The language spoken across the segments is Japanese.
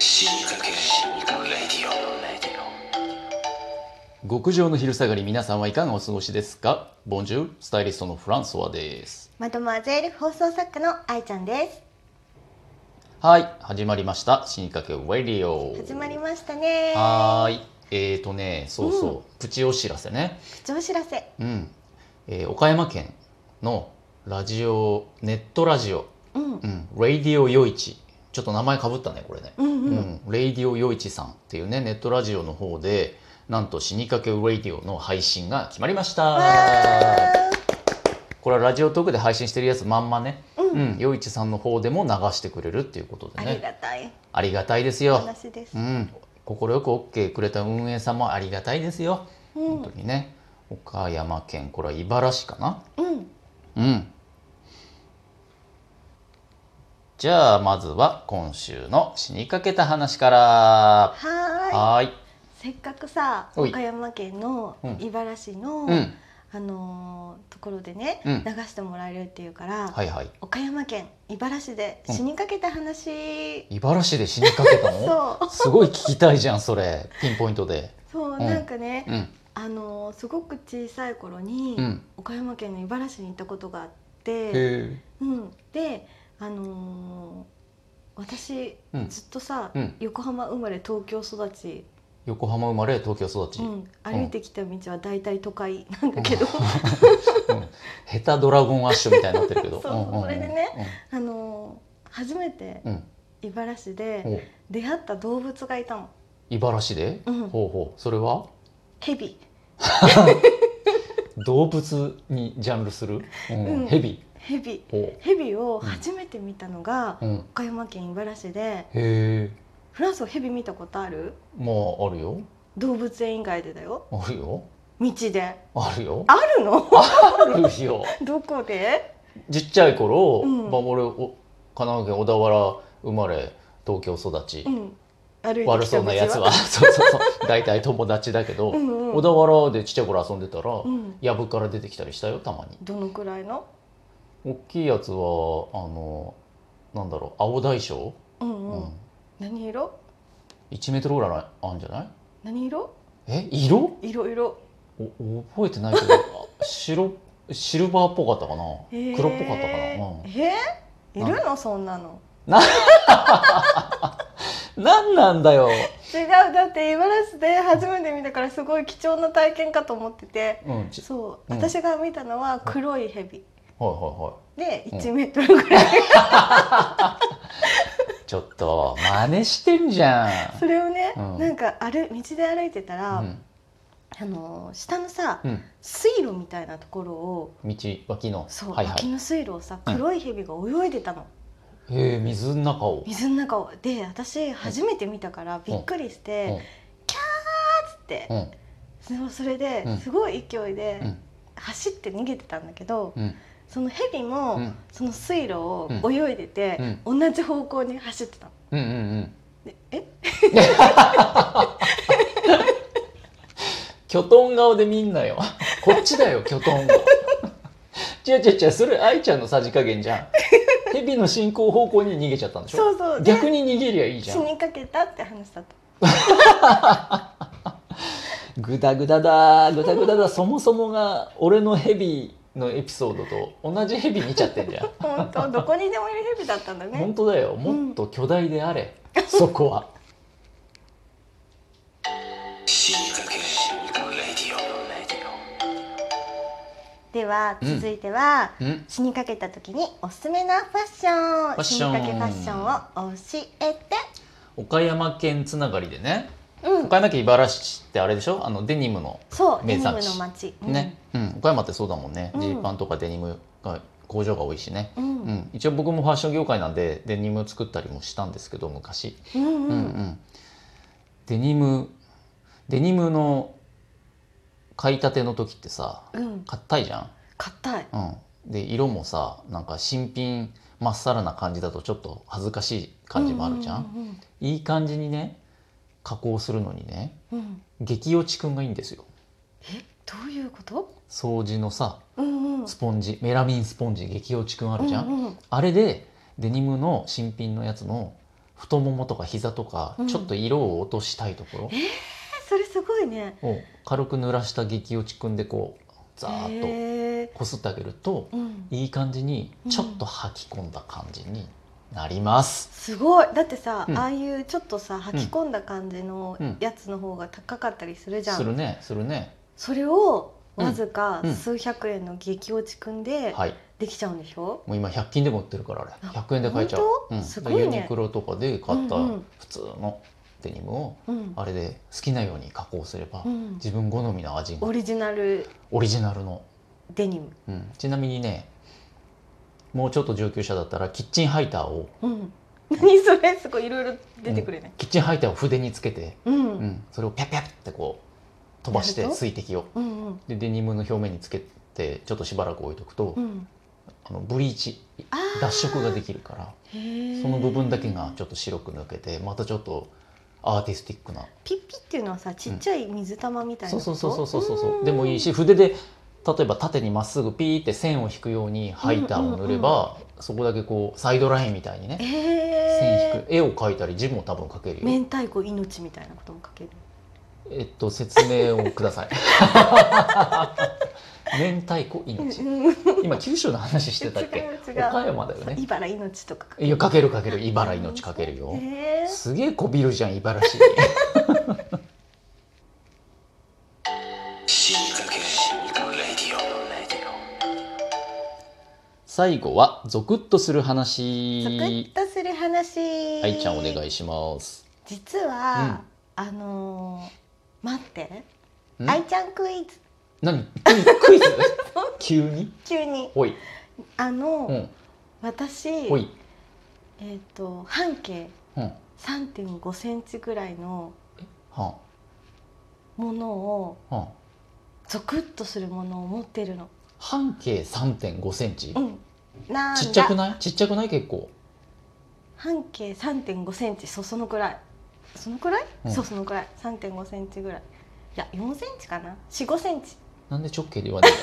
死にかけるレディ極上の昼下がり皆さんはいかがお過ごしですかボンジュールスタイリストのフランソワですマドモアゼール放送作家の愛ちゃんですはい始まりました死にかけウェディオ始まりましたねはーいえーとねそうそう、プチお知らせね口お知らせうん、えー岡山県のラジオネットラジオうんうんうん「レディオよいち」ちょっと名前かぶったねこれねううん、ん、レイディオよいちさんっていうねネットラジオの方でなんと死にかけレイディオの配信が決まりましわたこれはラジオトークで配信してるやつまんまね、ーうん、うん、よいちさんの方でも流してくれるっていうことでありねがたいありがたいですよ話ですう、ん心よく OK くれた運営さんもありがたいですようん本当にね岡山県これは茨城かなううん、んじゃあまずは今週の死にかけた話からはーいはーい。せっかくさおい岡山県のうん茨城の、うん。あのーところでね、うん流してもらえるっていうから、はいはい。岡山県茨城で死にかけた話、茨城で死にかけたの？ そうすごい聞きたいじゃんそれ。ピンポイントで。そう、んなんかね、うんあのーすごく小さい頃に、うん。岡山県の茨城に行ったことがあっへて、え。うん、であのー私、うんずっとさ、うん横浜生まれ東京育ち、横浜生まれ東京育ち。ううんん、歩いてきた道は大体都会なんだけど、下手ドラゴンアッシュみたいになってるけど。 そうんんんそれでね。 あのー初めてうん。茨城うんでお出会った動物がいたの。茨城で？うんほうほう。それはヘビ、動物にジャンルする？う。うんんヘビ。ヘビ、ほヘビを初めて見たのがう。うん。岡山県茨城で、へえ。フランスをヘビ見たことある？まああるよ。動物園以外でだよ。あるよ。道で。あるよ。あ るの？あるよ。どこで？ちっちゃい頃、うんまあ、俺お神奈川県小田原生まれ東京育ち、うん。歩いてきた道悪そうなやつは そうそうそう大体友達だけど、うんう小ん。田原でちっちゃい頃遊んでたら、うん。やぶから出てきたりしたよたまにどのくらいの？大きいやつはあのなんだろう青大将、うんううん。何色？ 1メートルぐらいああんじゃない何色？え色いろいろ。お覚えてないけどあ白シルバーっぽかったかな、へー黒っぽかったかな、うんえー？いるのそんなの？何なんだよ、違うだって茨城で初めて見たからすごい貴重な体験かと思ってて。うん、ちそうう、ん私が見たのは黒いヘビはいはいはいでうん1メートルぐらい、 ちょっと真似してんじゃそれをね、うんなんかある道で歩いてたん。ら、うんあのー下のさうん、水路みたいなところを道脇のそう、はいは脇い。の水路をさうん黒いヘビが泳いでたの、へえ水の中を。水の中をで私初めて見たからびっくりして、うんキャーっつってう、んそうそれでうんすごい勢いでうん走って逃げてたんだけど、うんそのヘビうんうもんその水路を泳いでて、同じ方向に走ってたの。うんうん。でえ キョトン顔で見んなよ。こっちだよキョトン顔。違う違う違うそれ愛ちゃんのさじ加減じゃん。蛇の進行方向に逃げちゃったんでしょ。そうそうで逆に逃げりゃいいじゃ死ん。にかけたって話だったグダグダだグダグダだそもそもが俺の蛇のエピソードと同じ蛇見ちゃって んじゃん。本当どこにでもいるヘビだったんだね本当だよもっと巨大であれ、そこはではうん続いては、うん死にかけた時におすすめなファッションァッション死にかけファッションを教えて岡山県つながりでねうん岡山県茨城市ってあれでしょあのデニムのそう名デニム産地の街、うん、ね、うん岡山ってそうだもんねうんジー、パンとかデニムが工場が多いしね、ううんんうん一応僕もファッション業界なんでデニム作ったりもしたんですけど昔、うんうんうんデニムデニムの買いたての時ってさうん硬いじゃん硬いうん、で色もさなんか新品まっさらな感じだとちょっと恥ずかしい感じもあるじゃん,、うんいい感じにね加工するのにねうんうんうん激落ちくんがいいんですよえどういうこと掃除のさうんうんスポンジメラミンスポンジ激落ちくんあるじゃん、うんうんあれでデニムの新品のやつの太ももとか膝とかうんちょっと色を落としたいとこそれすごいねろを軽く濡らした激落ちくんでこうザーッとへえこすってあげるとうん、いい感じにちょっと吐き込んだ感じになります。すごいだってさ、うんああいうちょっとさ吐き込んだ感じのうんやつの方が高かったりするじゃん、するねするね。それをわずかうんうん数百円の激落ちくんではい。できちゃうんでしょ、もう今100均でも売ってるからあれあ100円で買えちゃう本、当うん、すごいねユニクロとかで買ったうんうん普通のデニムをうんあれで好きなように加工すればうん、自分好みの味がオリジナルオリジナルの、デニム、うん、ちなみにねもうちょっと上級者だったらキッチンハイターをうん、 何それすごいいろいろ出てくるね、キッチンハイターを筆につけて、うんううんん、それをピャピャってこう飛ばしてやると水滴をうんうんでデニムの表面につけてちょっとしばらく置いとくと、あのブリーチあー脱色ができるからへーその部分だけがちょっと白く抜けてまたちょっとアーティスティックなピッピっていうのはさちっちゃい水玉みたいなそうことそうそうそうそうそうーんでもいいし筆で例えば縦にまっすぐピーって線を引くようにハイターを塗れば、そこだけこうサイドラインみたいにね線引へく絵を描いたり字も多分描けーるよ明太子命みたいなことも書けるえっと説明をくだ さい明太子命うん今九州の話してたっけ違う違う岡山だよね茨命とか書けるいや描ける描ける茨命描けるよへーすげえこびるじゃん茨城死にかける死にかけるレディオレディオ最後はゾクッとする話ゾクッとする話愛ちゃんお願いします。実は、あのー待ってん愛ちゃんクイズ何クイクイズ急に 急におい、あの、うん、私おい、えっ、と半径うん、は3.5センチぐらいのあ、ものをはあ、ゾクッとするものを持ってるの。半径3.5センチう。ん。なんだ。ちっちゃくない？ちっちゃくない結構。半径3.5センチそうそのくらい。そのくらい？うんそうそのくらい。3.5センチぐらい。いや4センチかな。4,5センチ。なんで直径で言わ ないの？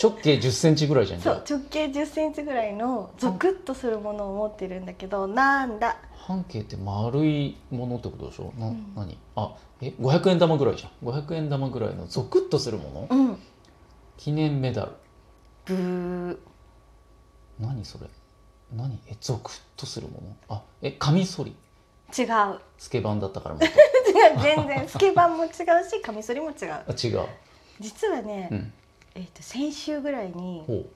直径10センチぐらいじゃん。じそゃう直径10センチぐらいのゾクッとするものを持ってるんだけど、なんだ。あ半径って丸いものってことでしょ？な、うん何？あ、え、500円玉ぐらいじゃん。500円玉ぐらいのゾクッとするもの？うん。記念メダル。ブー。何それ？何？え、ゾクッとするもの？あ、え、カミソリ。違う。 スケバンだったからもっ違う全然スケバンも違うしカミソリも違う。と。あ、違う。実はね、うん。えっ、と先週ぐらいにほう。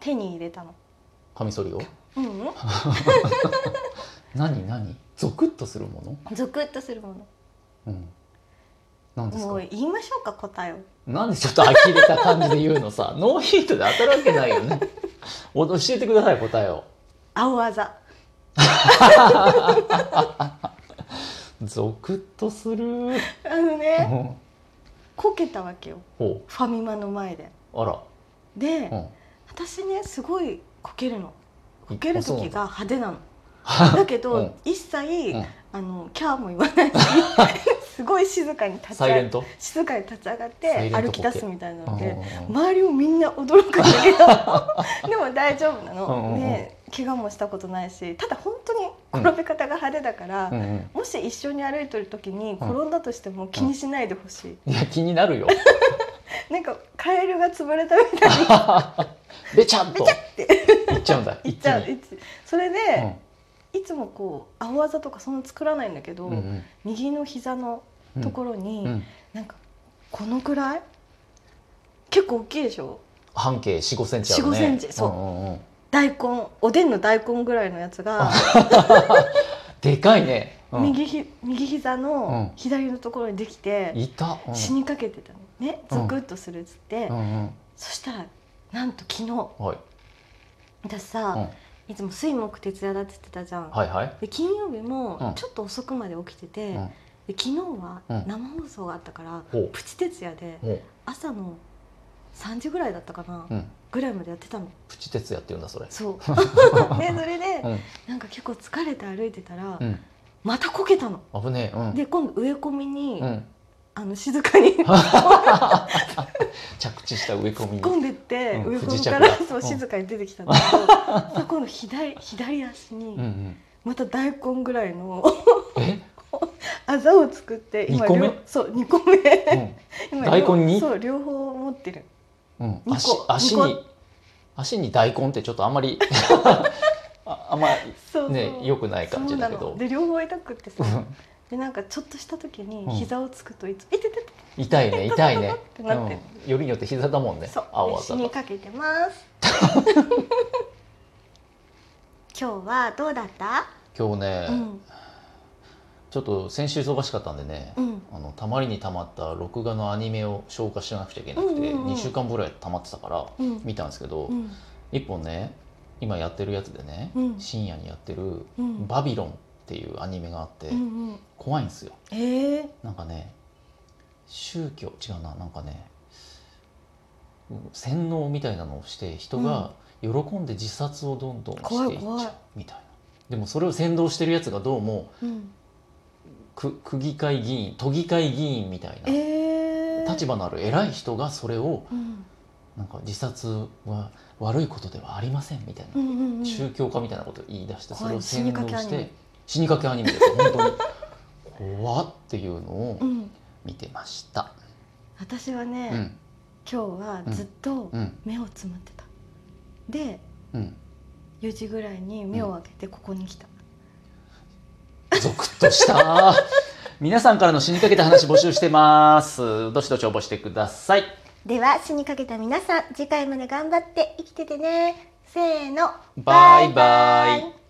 手に入れたの。カミソリを。うん、うん。何何ゾクッとするもゾクッとするもの。のうん何ですもかう言いましょうか答えをなんでちょっと呆れた感じで言うのさ ノーヒントで当たるわけないよねお教えてください答えを青あざゾクッとするうんあのねほこけたわけようファミマの前であらで、うん私ねすごいこけるのこけあるそうなん時だが派手なのだけど、うん一切、うんあのキャーも言わないし すごい静かに立ちサイレン上ト静かに立ち上がっサイレてント歩こきけ出すみたいなのうんでうんうん周りをみんな驚くんだけどでも大丈夫なうんうんのうんで怪我もしたことないしただ本当に転び方が派手だから、うんうんもし一緒に歩いてる時に転んだとしても気にしないでほしい、いや気にな るよなんかカエルが潰れたみたいにべちゃっとベチャっていっちゃうんだいっちゃう一気にいつそれで、ういつもこう青あざとかそんな作らないんだけど、んうん右の膝のうんところに、うんなんかこのくらい結構大きいでしょ半径4 5センチあるね4-5センチそうんんうん大根おでんの大根ぐらいのやつがでかいねうん右ひ右膝のうん左のところにできて、いたうん死にかけてたのねゾクッとするっつって、うんうんそしたらなんと昨日はい私さ、うんいつも水木徹夜だって言ってたじゃん、はいはいで金曜日うもんちょっと遅くまで起きてて、うんで昨日はうん生放送があったから、ほうプチ徹夜でも朝の3時ぐらいだったかな、ううんぐらいまでやってたのプチ徹夜って言うんだそれ そうでそれで、うんなんか結構疲れて歩いてたら、うんまたこけたの危ねえうんで今度植え込みに、うん、あの静かに突っ 着地した植え込み込にんでって、うん植え込み不時着かだらそううん 静かに出てきたんだけど、そしたら今度左左足に、うんうんまた大根ぐらいの え、あざを作って二個目両そう2個目今両大根にそう両方持ってるうん、うん、二個足足二に足に大根ってちょっとあんまりああんまそうそうね良くない感じだけそうどなの、で両方痛くってさうんでなんかちょっとした時にうん膝をつくといつ「いててて痛いね痛い ねてなってるうん、よりによって膝だもんねそう青あ死ざにがかけてます。今日はどうだった？今日ね、うんちょっと先週忙しかったんでね、うんあのたまりにたまった録画のアニメを消化しなくちゃいけなくて、うんうんうん2週間ぐらいたまってたからうん見たんですけど、うん一本ね今やってるやつでね、うん深夜にやってる「うんバビロン」っていうアニメがあって、うんうん怖いんですよええなんかね宗教違うななんかねうん洗脳みたいなのをして人が喜んで自殺をどんどんしていっち怖い怖ゃいうみたいなでもそれを先導してるやつがどうもうん区区議会議員都議会議員みたいなええ立場のある偉い人がそれをうんなんか自殺は悪いことではありませんみたいなうんうんうん宗教家みたいなことを言い出してそ怖いれを洗脳死にかけアしニメて死にかけアニメですよ本当に怖っていうのをうん見てました私はうね、ん今日はずっとうん目をつむってた。でうん4時ぐらいに目を開けてここに来た。ゾクッとした 皆さんからの死にかけた話募集してますどしどし応募してくださいでは死にかけた皆さん次回まで頑張って生きててね。せーのバイバイ